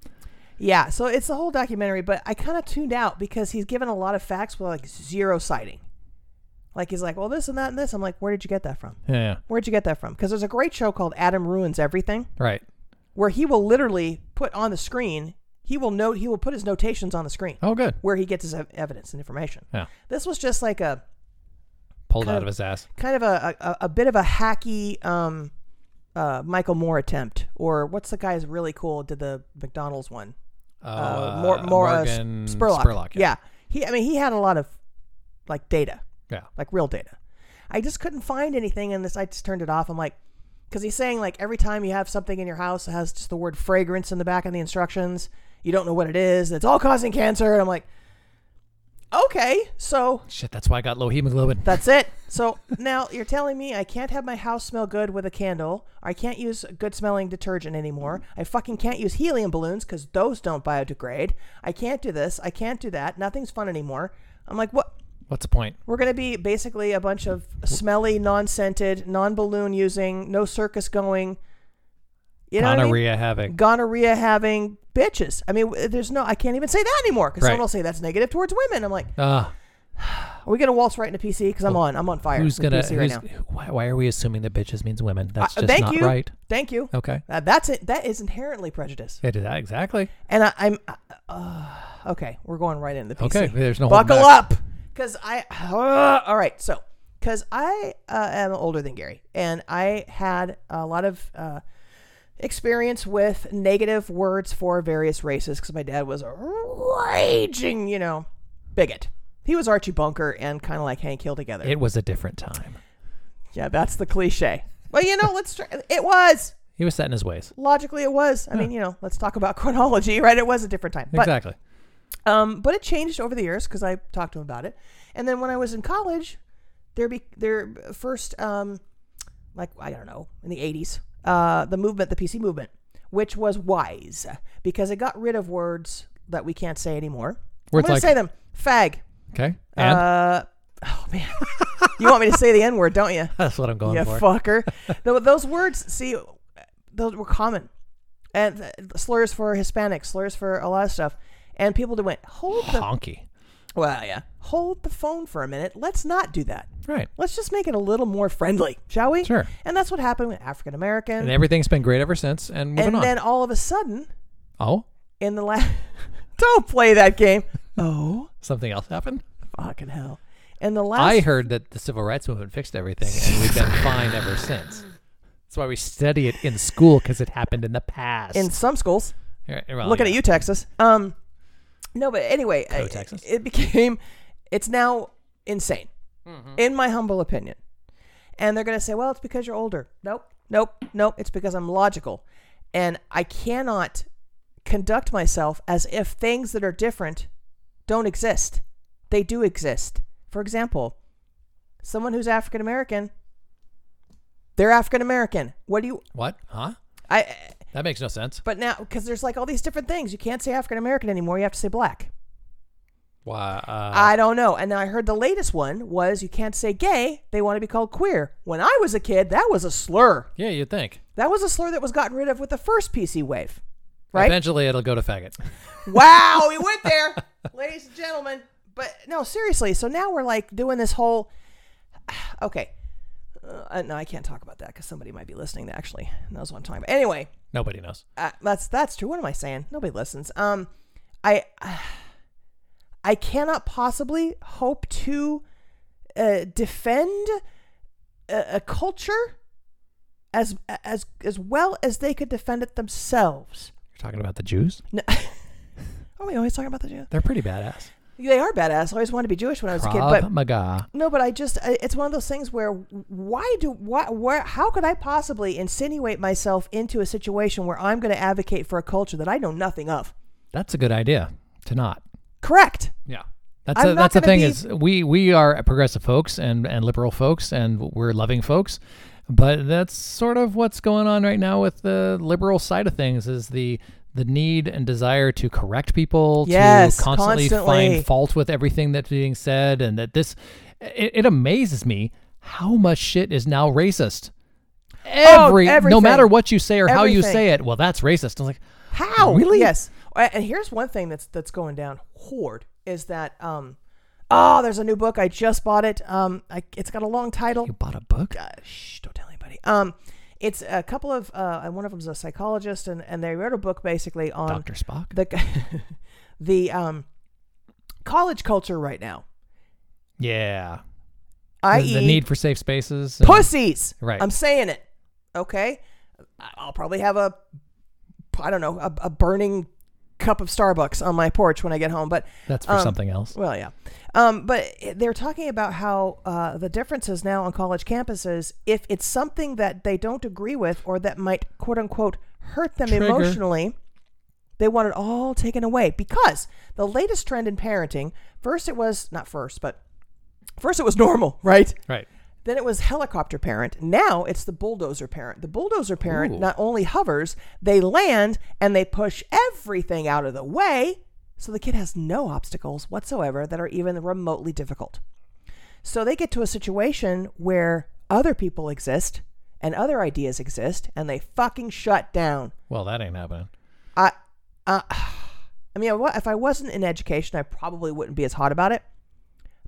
Speaker 2: yeah so it's the whole documentary but i kind of tuned out because he's given a lot of facts with like zero citing like he's like well this and that and this i'm like where did you get that from
Speaker 1: Yeah, Yeah.
Speaker 2: Where'd you get that from? Because there's a great show called Adam Ruins Everything
Speaker 1: Right.
Speaker 2: where he will literally put on the screen He will note. He will put his notations on the screen
Speaker 1: Oh, good.
Speaker 2: where he gets his ev- evidence and information.
Speaker 1: Yeah.
Speaker 2: This was just like a
Speaker 1: Pulled
Speaker 2: Kind
Speaker 1: out
Speaker 2: of-
Speaker 1: of his ass.
Speaker 2: kind of a a, a bit of a hacky um, uh, Michael Moore attempt, or what's the guy's really cool? Did the McDonald's one?
Speaker 1: Oh,
Speaker 2: uh,
Speaker 1: uh,
Speaker 2: more, more uh, S-
Speaker 1: Morgan
Speaker 2: Spurlock.
Speaker 1: Spurlock.
Speaker 2: yeah. He, I mean, he had a lot of like data,
Speaker 1: Yeah.
Speaker 2: like real data. I just couldn't find anything, and this I just turned it off. I'm like, because he's saying like every time you have something in your house that has just the word fragrance in the back of the instructions, you don't know what it is. It's all causing cancer, and I'm like, okay, so
Speaker 1: Shit, that's why I got low hemoglobin.
Speaker 2: that's it. So now you're telling me I can't have my house smell good with a candle. I can't use good smelling detergent anymore. I fucking can't use helium balloons because those don't biodegrade. I can't do this. I can't do that. Nothing's fun anymore. I'm like, what?
Speaker 1: What's the point?
Speaker 2: We're going to be basically a bunch of smelly, non scented, non balloon using, no circus going, you know, what I mean?
Speaker 1: Gonorrhea havoc.
Speaker 2: gonorrhea having bitches. I mean, w- there's no, I can't even say that anymore because
Speaker 1: Right.
Speaker 2: someone will say that's negative towards women. I'm like,
Speaker 1: Ah,
Speaker 2: are we going to waltz right into PC? Because I'm on, I'm on fire.
Speaker 1: who's
Speaker 2: with
Speaker 1: gonna?
Speaker 2: PC right
Speaker 1: who's-
Speaker 2: now.
Speaker 1: why, why are we assuming that bitches means women? That's
Speaker 2: Uh,
Speaker 1: just
Speaker 2: thank
Speaker 1: not
Speaker 2: you.
Speaker 1: right.
Speaker 2: Thank you.
Speaker 1: Okay.
Speaker 2: Uh, that's it. That is inherently prejudice.
Speaker 1: It is exactly.
Speaker 2: And I, I'm uh, uh, okay. We're going right into PC.
Speaker 1: Okay, there's no holding
Speaker 2: Buckle
Speaker 1: back.
Speaker 2: up, because I. uh, all right, so because I uh, am older than Gary, and I had a lot of uh, experience with negative words for various races, because my dad was a raging, you know, bigot. He was Archie Bunker and kind of like Hank Hill together.
Speaker 1: It was a different time.
Speaker 2: yeah, that's the cliche. Well, you know, let's try. It was
Speaker 1: He was set in his ways.
Speaker 2: logically it was. I mean, you know, let's talk about chronology, right? It was a different time. But
Speaker 1: exactly.
Speaker 2: um but it changed over the years cuz I talked to him about it. And then when I was in college, there be their first um like I don't know, in the 80s, uh the movement, the PC movement, which was wise because it got rid of words that we can't say anymore.
Speaker 1: Words
Speaker 2: I'm going
Speaker 1: like-
Speaker 2: to say them. Fag.
Speaker 1: Okay. And
Speaker 2: Uh oh man. you want me to say the n-word, don't you?
Speaker 1: that's what I'm going
Speaker 2: Yeah,
Speaker 1: for.
Speaker 2: fucker. Tho- those words, see, those were common, and th- slurs for Hispanic, slurs for a lot of stuff, and people that went hold the
Speaker 1: Honky.
Speaker 2: well, yeah, hold the phone for a minute. Let's not do that.
Speaker 1: Right.
Speaker 2: Let's just make it a little more friendly, shall we?
Speaker 1: Sure.
Speaker 2: And that's what happened with African
Speaker 1: And
Speaker 2: American,
Speaker 1: everything's been great ever since. And moving
Speaker 2: and
Speaker 1: on.
Speaker 2: then all of a sudden,
Speaker 1: oh,
Speaker 2: in the last, don't play that game. Oh,
Speaker 1: something else happened.
Speaker 2: fucking hell! In the
Speaker 1: I
Speaker 2: last,
Speaker 1: heard that the civil rights movement fixed everything, and we've been fine ever since. That's why we study it in school because it happened in the past.
Speaker 2: in some schools,
Speaker 1: Right, well,
Speaker 2: looking
Speaker 1: Oh, yeah.
Speaker 2: at you, Texas. Um, no, but anyway, I-
Speaker 1: Texas.
Speaker 2: It became, it's now insane,
Speaker 1: Mm-hmm.
Speaker 2: in my humble opinion. And they're gonna say, well, it's because you're older. Nope, nope, nope. It's because I'm logical, and I cannot conduct myself as if things that are different don't exist. They do exist. For example, someone who's African American, they're African American. What do you?
Speaker 1: What? Huh?
Speaker 2: I
Speaker 1: That makes no sense.
Speaker 2: but now, because there's like all these different things, you can't say African American anymore. You have to say black.
Speaker 1: Why? Uh,
Speaker 2: I don't know. And now I heard the latest one was you can't say gay. They want to be called queer. When I was a kid, that was a slur.
Speaker 1: yeah, you'd think.
Speaker 2: That was a slur that was gotten rid of with the first PC wave. Right?
Speaker 1: Eventually, it'll go to faggot.
Speaker 2: wow, we went there, ladies and gentlemen. But no, seriously. So now we're like doing this whole. Okay. Uh, no, I can't talk about that because somebody might be listening that actually knows what I'm talking about. Anyway,
Speaker 1: Nobody knows.
Speaker 2: uh, that's that's true. What am I saying? Nobody listens. Um, I I cannot possibly hope to uh, defend a, a culture as as as well as they could defend it themselves.
Speaker 1: You're talking about the Jews?
Speaker 2: No. Are we always talking about the Jews?
Speaker 1: They're pretty badass.
Speaker 2: They are badass. I always wanted to be Jewish when I was a kid,
Speaker 1: Krav
Speaker 2: but
Speaker 1: Maga.
Speaker 2: no, but I just I, it's one of those things where why do why where how could I possibly insinuate myself into a situation where I'm going to advocate for a culture that I know nothing of?
Speaker 1: That's a good idea to not.
Speaker 2: Correct.
Speaker 1: Yeah. That's
Speaker 2: I'm
Speaker 1: a,
Speaker 2: not
Speaker 1: that's the
Speaker 2: gonna
Speaker 1: thing
Speaker 2: be-
Speaker 1: is we we are progressive folks and and liberal folks and we're loving folks, but that's sort of what's going on right now with the liberal side of things is the the need and desire to correct people
Speaker 2: Yes,
Speaker 1: to constantly,
Speaker 2: constantly.
Speaker 1: find fault with everything that's being said and that this it, it amazes me how much shit is now racist.
Speaker 2: Oh,
Speaker 1: Every no
Speaker 2: everything.
Speaker 1: matter what you say or how you
Speaker 2: Everything.
Speaker 1: say it, well that's racist. I was like,
Speaker 2: How?
Speaker 1: Really?
Speaker 2: Yes. Uh, And here's one thing that's that's going down horde is that um oh there's a new book I just bought it um I, it's got a long title
Speaker 1: you bought a book?
Speaker 2: uh, shh don't tell anybody um It's a couple of uh, and one of them's a psychologist, and and they wrote a book basically on
Speaker 1: Doctor Spock.
Speaker 2: the the um college culture right now,
Speaker 1: yeah, the,
Speaker 2: i.e.
Speaker 1: the need for safe spaces. and-
Speaker 2: pussies.
Speaker 1: Right.
Speaker 2: I'm saying it. Okay. I- I'll probably have a, I don't know, a, a burning cup of Starbucks on my porch when I get home. But
Speaker 1: That's for
Speaker 2: um,
Speaker 1: something else.
Speaker 2: Well, yeah. Um, but they're talking about how uh, the differences now on college campuses, if it's something that they don't agree with or that might, quote unquote, hurt them
Speaker 1: Trigger.
Speaker 2: emotionally, they want it all taken away. Because the latest trend in parenting, first it was, not first, but first it was normal, right?
Speaker 1: Right.
Speaker 2: Then it was helicopter parent. Now it's the bulldozer parent. The bulldozer parent
Speaker 1: Ooh.
Speaker 2: not only hovers, they land and they push everything out of the way so the kid has no obstacles whatsoever that are even remotely difficult. So they get to a situation where other people exist and other ideas exist and they fucking shut down.
Speaker 1: Well, that ain't happening.
Speaker 2: I, uh, I mean, I wa- if I wasn't in education, I probably wouldn't be as hot about it.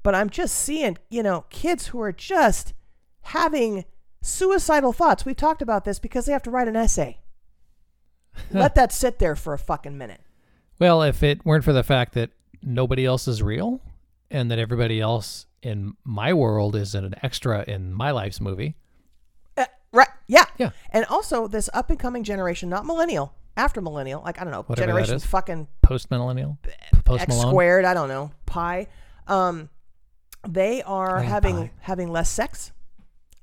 Speaker 2: But I'm just seeing, you know, kids who are just having suicidal thoughts. We've talked about this because they have to write an essay. Let that sit there for a fucking minute.
Speaker 1: Well, if it weren't for the fact that nobody else is real and that everybody else in my world is an extra in my life's movie.
Speaker 2: Uh, right? Yeah.
Speaker 1: Yeah.
Speaker 2: And also, this up and coming generation, not millennial, after millennial, like I don't know,
Speaker 1: Whatever that
Speaker 2: generation
Speaker 1: is.
Speaker 2: fucking
Speaker 1: Post millennial. Post
Speaker 2: X
Speaker 1: Malone.
Speaker 2: squared, I don't know, pi. Um, they are
Speaker 1: I like
Speaker 2: having
Speaker 1: pi.
Speaker 2: having less sex,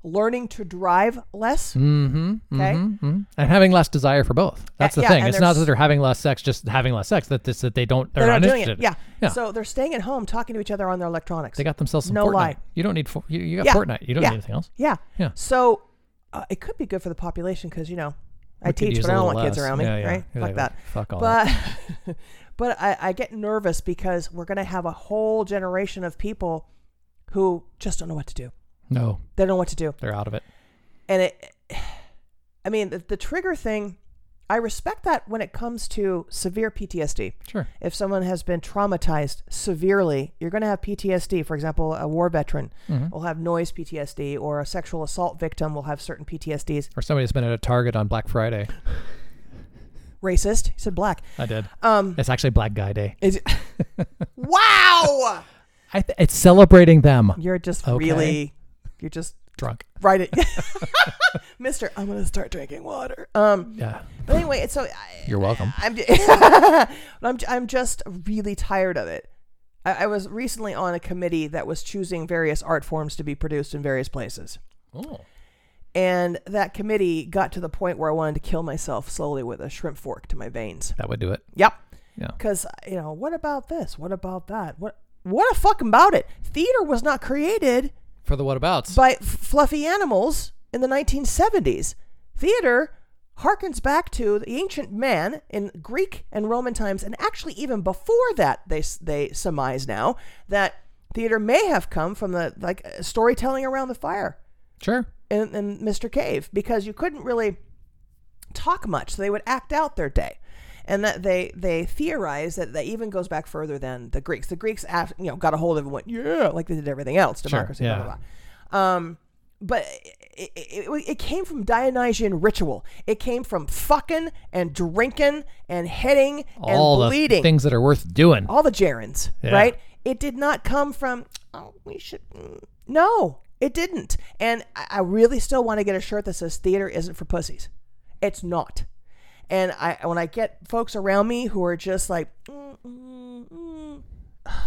Speaker 2: learning to drive less.
Speaker 1: Mm-hmm.
Speaker 2: Okay.
Speaker 1: Mm-hmm. And having less desire for both. That's the
Speaker 2: yeah,
Speaker 1: thing.
Speaker 2: and
Speaker 1: It's not
Speaker 2: there's-
Speaker 1: that they're having less sex, just having less sex. That this that they don't they're,
Speaker 2: They're,
Speaker 1: not,
Speaker 2: not doing
Speaker 1: interested.
Speaker 2: it. Yeah.
Speaker 1: Yeah.
Speaker 2: So they're staying at home talking to each other on their electronics.
Speaker 1: They got themselves some
Speaker 2: No
Speaker 1: Fortnite.
Speaker 2: lie.
Speaker 1: You don't need for, you, you got
Speaker 2: Yeah.
Speaker 1: Fortnite. You don't
Speaker 2: Yeah.
Speaker 1: need anything else.
Speaker 2: yeah.
Speaker 1: Yeah.
Speaker 2: So uh, it could be good for the population because you know
Speaker 1: We
Speaker 2: I
Speaker 1: could
Speaker 2: teach,
Speaker 1: use
Speaker 2: but I
Speaker 1: a
Speaker 2: don't want
Speaker 1: little
Speaker 2: kids
Speaker 1: less.
Speaker 2: around me.
Speaker 1: Yeah, yeah.
Speaker 2: Right?
Speaker 1: You're like,
Speaker 2: Fuck that.
Speaker 1: Fuck all that.
Speaker 2: But but I, I get nervous because we're gonna have a whole generation of people who just don't know what to do.
Speaker 1: No,
Speaker 2: They don't know what to do.
Speaker 1: they're out of it.
Speaker 2: and it i mean the, the trigger thing i respect that when it comes to severe ptsd
Speaker 1: Sure.
Speaker 2: if someone has been traumatized severely you're going to have ptsd for example a war veteran will have noise ptsd or a sexual assault victim will have certain ptsds
Speaker 1: Or somebody's been at a Target on Black Friday.
Speaker 2: racist he said black
Speaker 1: I did.
Speaker 2: um
Speaker 1: It's actually Black Guy Day.
Speaker 2: is wow
Speaker 1: I th- it's celebrating them.
Speaker 2: you're just
Speaker 1: Okay.
Speaker 2: really you're just
Speaker 1: Drunk.
Speaker 2: right it mister i'm going to start drinking water um
Speaker 1: Yeah.
Speaker 2: but anyway it's so I,
Speaker 1: You're welcome.
Speaker 2: I'm, j- But I'm, j- I'm just really tired of it. I, I was recently on a committee that was choosing various art forms to be produced in various places.
Speaker 1: Oh.
Speaker 2: And that committee got to the point where I wanted to kill myself slowly with a shrimp fork to my veins.
Speaker 1: That would do it.
Speaker 2: Yep.
Speaker 1: Yeah.
Speaker 2: Because, you know, what about this? What about that? What? What a fuck about it? Theater was not created
Speaker 1: For the whatabouts.
Speaker 2: by f- fluffy animals in the 1970s. Theater harkens back to the ancient man in Greek and Roman times, and actually even before that, they s- they surmise now that theater may have come from the like uh, storytelling around the fire
Speaker 1: sure.
Speaker 2: in, in Mr. Cave because you couldn't really talk much. So they would act out their day. And that they they theorize that that even goes back further than the Greeks. The Greeks, af- you know, got a hold of it and went, yeah, like they did everything else, democracy, blah, blah,
Speaker 1: yeah.
Speaker 2: blah. Um, but it, it, it, it came from Dionysian ritual. It came from fucking and drinking and hitting
Speaker 1: All
Speaker 2: and
Speaker 1: the
Speaker 2: bleeding
Speaker 1: things that are worth doing.
Speaker 2: all the gerunds,
Speaker 1: Yeah.
Speaker 2: right? It did not come from, oh, we should. mm." No, it didn't. And I, I really still want to get a shirt that says theater isn't for pussies. It's not. And I when I get folks around me who are just like, "Mm, mm, mm,"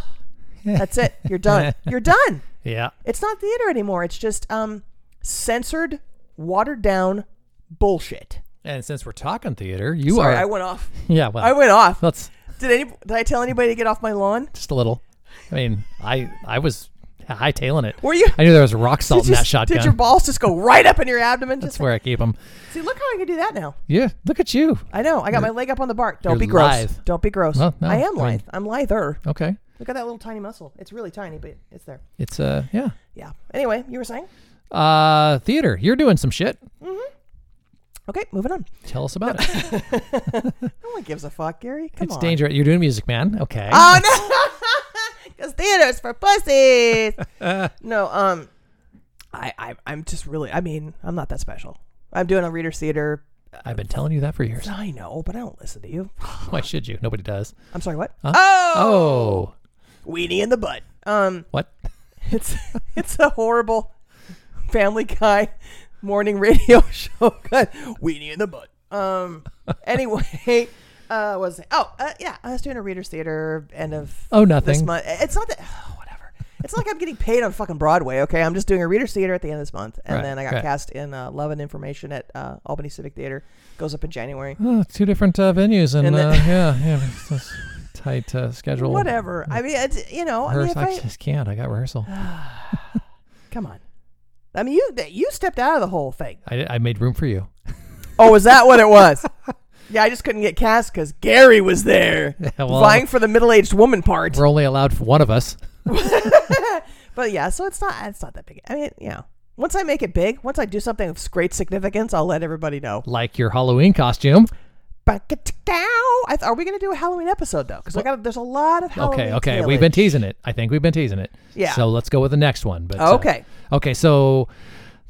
Speaker 2: that's it. You're done. You're done.
Speaker 1: Yeah.
Speaker 2: It's not theater anymore. It's just um, censored, watered down bullshit.
Speaker 1: And since we're talking theater, you
Speaker 2: Sorry,
Speaker 1: are.
Speaker 2: I went off.
Speaker 1: yeah. Well,
Speaker 2: I went off.
Speaker 1: that's
Speaker 2: Did any? Did I tell anybody to get off my lawn?
Speaker 1: just a little. I mean, I I was hightailing it.
Speaker 2: Were you?
Speaker 1: I knew there was rock salt in
Speaker 2: Did you-
Speaker 1: Oh, that shotgun.
Speaker 2: Did your balls just go right up in your abdomen? Just
Speaker 1: That's where I keep them.
Speaker 2: see, look how I can do that now.
Speaker 1: Yeah. Look at you.
Speaker 2: I know. I got my leg up on the bark. Don't
Speaker 1: you're
Speaker 2: be gross.
Speaker 1: lithe.
Speaker 2: Don't be gross.
Speaker 1: Well, no,
Speaker 2: I
Speaker 1: I
Speaker 2: am
Speaker 1: mean-
Speaker 2: lithe. I'm lither.
Speaker 1: Okay.
Speaker 2: Look at that little tiny muscle. It's really tiny, but it's there.
Speaker 1: It's uh yeah.
Speaker 2: Yeah. Anyway, you were saying?
Speaker 1: Uh, theater. You're doing some shit.
Speaker 2: Okay, moving on.
Speaker 1: Tell us about it.
Speaker 2: No one gives a fuck, Gary. Come
Speaker 1: it's
Speaker 2: on.
Speaker 1: dangerous. You're doing music, man. Okay.
Speaker 2: Oh no, because theaters for pussies. no, um, I, I, I'm just really. I mean, I'm not that special. I'm doing a reader's theater.
Speaker 1: I've been telling you that for years.
Speaker 2: I know, but I don't listen to you.
Speaker 1: Why should you? Nobody does.
Speaker 2: I'm sorry. What?
Speaker 1: Huh?
Speaker 2: Oh,
Speaker 1: Oh,
Speaker 2: weenie in the butt. Um,
Speaker 1: what?
Speaker 2: it's it's a horrible Family Guy morning radio show. God, weenie in the butt. Um. Anyway, uh, what was it? oh uh, yeah, I was doing a readers theater end of
Speaker 1: Oh,
Speaker 2: this
Speaker 1: nothing.
Speaker 2: month. It's not that oh, whatever. It's not like I'm getting paid on fucking Broadway. Okay, I'm just doing a readers theater at the end of this month, and
Speaker 1: Right,
Speaker 2: then I got
Speaker 1: right.
Speaker 2: cast in uh, Love and Information at uh, Albany Civic Theater. Goes up in January.
Speaker 1: Oh, two different uh, venues and,
Speaker 2: And the-
Speaker 1: uh, yeah, yeah, it's just tight uh, schedule.
Speaker 2: Whatever. I mean, it's, you know, I mean,
Speaker 1: Rehearsal.
Speaker 2: if
Speaker 1: I,
Speaker 2: I,
Speaker 1: just can't. I got rehearsal.
Speaker 2: come on. I mean, you you stepped out of the whole thing.
Speaker 1: I, I made room for you.
Speaker 2: Oh, was that what it was? yeah, I just couldn't get cast because Gary was there,
Speaker 1: well,
Speaker 2: vying for the middle-aged woman part.
Speaker 1: We're only allowed for one of us.
Speaker 2: But yeah, so it's not it's not that big. I mean, you know, once I make it big, once I do something of great significance, I'll let everybody know.
Speaker 1: Like your Halloween costume.
Speaker 2: Ba-ka-ta-kow. I th- Are we gonna do a Halloween episode though? Because I got there's a lot of Halloween.
Speaker 1: okay, okay. We've been
Speaker 2: tailage.
Speaker 1: teasing it. I think we've been teasing it.
Speaker 2: Oh, Yeah.
Speaker 1: So let's go with the next one. But uh,
Speaker 2: okay.
Speaker 1: okay. So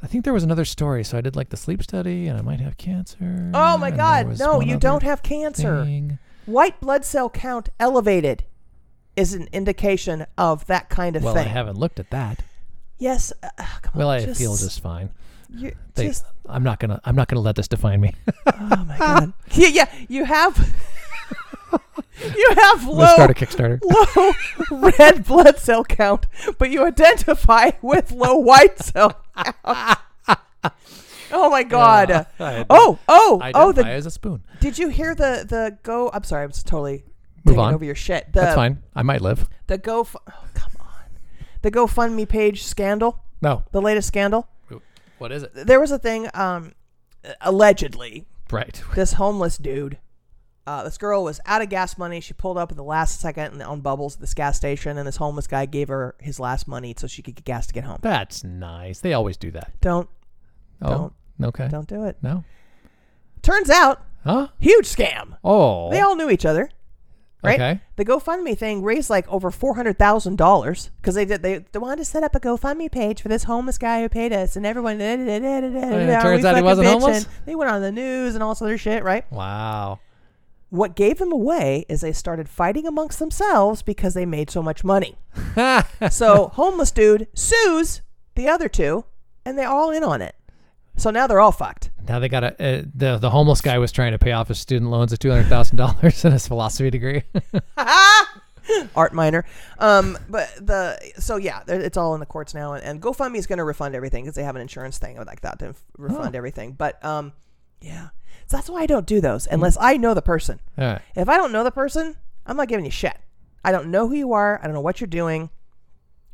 Speaker 1: I think there was another story. So I did like the sleep study, and I might have cancer.
Speaker 2: Oh my
Speaker 1: and there
Speaker 2: God!
Speaker 1: was
Speaker 2: No,
Speaker 1: one
Speaker 2: you
Speaker 1: other
Speaker 2: don't have cancer.
Speaker 1: thing.
Speaker 2: White blood cell count elevated is an indication of that kind of
Speaker 1: Well,
Speaker 2: thing.
Speaker 1: I haven't looked at that.
Speaker 2: Yes. Uh, ah, come
Speaker 1: Well,
Speaker 2: on,
Speaker 1: I
Speaker 2: just,
Speaker 1: feel just fine.
Speaker 2: you-
Speaker 1: They,
Speaker 2: just-
Speaker 1: I'm not gonna. I'm not gonna let this define me.
Speaker 2: oh my god. Yeah, yeah. You have. you have
Speaker 1: I'm gonna
Speaker 2: low
Speaker 1: start a Kickstarter.
Speaker 2: low red blood cell count, but you identify with low white cell count. Oh my god.
Speaker 1: Yeah, I-
Speaker 2: oh, oh,
Speaker 1: I
Speaker 2: oh!
Speaker 1: identify
Speaker 2: The,
Speaker 1: as a spoon.
Speaker 2: did you hear the the go? I'm sorry, I'm just totally
Speaker 1: Move
Speaker 2: taking
Speaker 1: on.
Speaker 2: over your shit. The,
Speaker 1: That's fine. I might live.
Speaker 2: The go, oh, come on, the GoFundMe page scandal,
Speaker 1: No.
Speaker 2: the latest scandal.
Speaker 1: What is it?
Speaker 2: There was a thing, um, allegedly,
Speaker 1: Right.
Speaker 2: this homeless dude. Uh, this girl was out of gas money. She pulled up at the last second and on bubbles at this gas station, and this homeless guy gave her his last money so she could get gas to get home.
Speaker 1: That's nice. They always do that.
Speaker 2: Don't,
Speaker 1: Oh. okay.
Speaker 2: don't do it.
Speaker 1: No.
Speaker 2: Turns out,
Speaker 1: Huh?
Speaker 2: huge scam.
Speaker 1: Oh.
Speaker 2: They all knew each other, right?
Speaker 1: Okay.
Speaker 2: The GoFundMe thing raised like over four hundred thousand dollars because they did they, they wanted to set up a GoFundMe page for this homeless guy who paid us, and everyone. And
Speaker 1: Oh, it turns out he wasn't homeless?
Speaker 2: They went on the news and all this other shit, right?
Speaker 1: Wow.
Speaker 2: What gave them away is they started fighting amongst themselves because they made so much money. so homeless dude sues the other two, and they're all in on it. So now they're all fucked.
Speaker 1: Now they got a uh, the the homeless guy was trying to pay off his student loans of two hundred thousand dollars and his philosophy degree.
Speaker 2: art minor. Um, but the so yeah, there- it's all in the courts now, and, and GoFundMe is going to refund everything because they have an insurance thing like that to f- refund everything. But um, yeah, so that's why I don't do those unless I know the person.
Speaker 1: all right.
Speaker 2: If I don't know the person, I'm not giving you shit. I don't know who you are. I don't know what you're doing.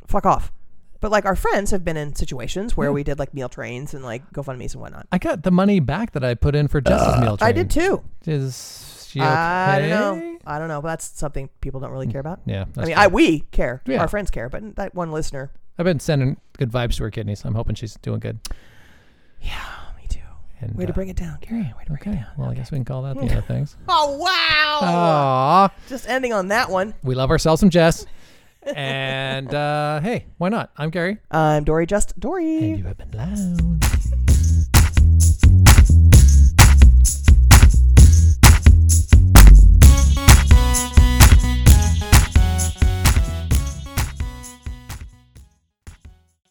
Speaker 2: Fuck off. But like our friends have been in situations where we did like meal trains and like GoFundMe's and whatnot.
Speaker 1: I got the money back that I put in for Justice Meal Train.
Speaker 2: Uh, I did too.
Speaker 1: Is she
Speaker 2: I don't
Speaker 1: okay?
Speaker 2: know. I don't know. But that's something people don't really care about.
Speaker 1: Yeah.
Speaker 2: I
Speaker 1: That's
Speaker 2: mean,
Speaker 1: I
Speaker 2: I we care.
Speaker 1: Yeah.
Speaker 2: Our friends care, but that one listener
Speaker 1: have been sending good vibes to her kidneys. I'm hoping she's doing good.
Speaker 2: Oh, me too.
Speaker 1: And,
Speaker 2: Way to
Speaker 1: uh,
Speaker 2: bring it down, Gary. Way to bring it
Speaker 1: Okay.
Speaker 2: down.
Speaker 1: Well, I guess we can call that the end of things.
Speaker 2: Oh wow!
Speaker 1: Aww.
Speaker 2: Just ending on that one.
Speaker 1: We love ourselves some Jess. And uh, hey, why not? I'm Gary.
Speaker 2: I'm Dory. Just Dory.
Speaker 1: And you have been loud.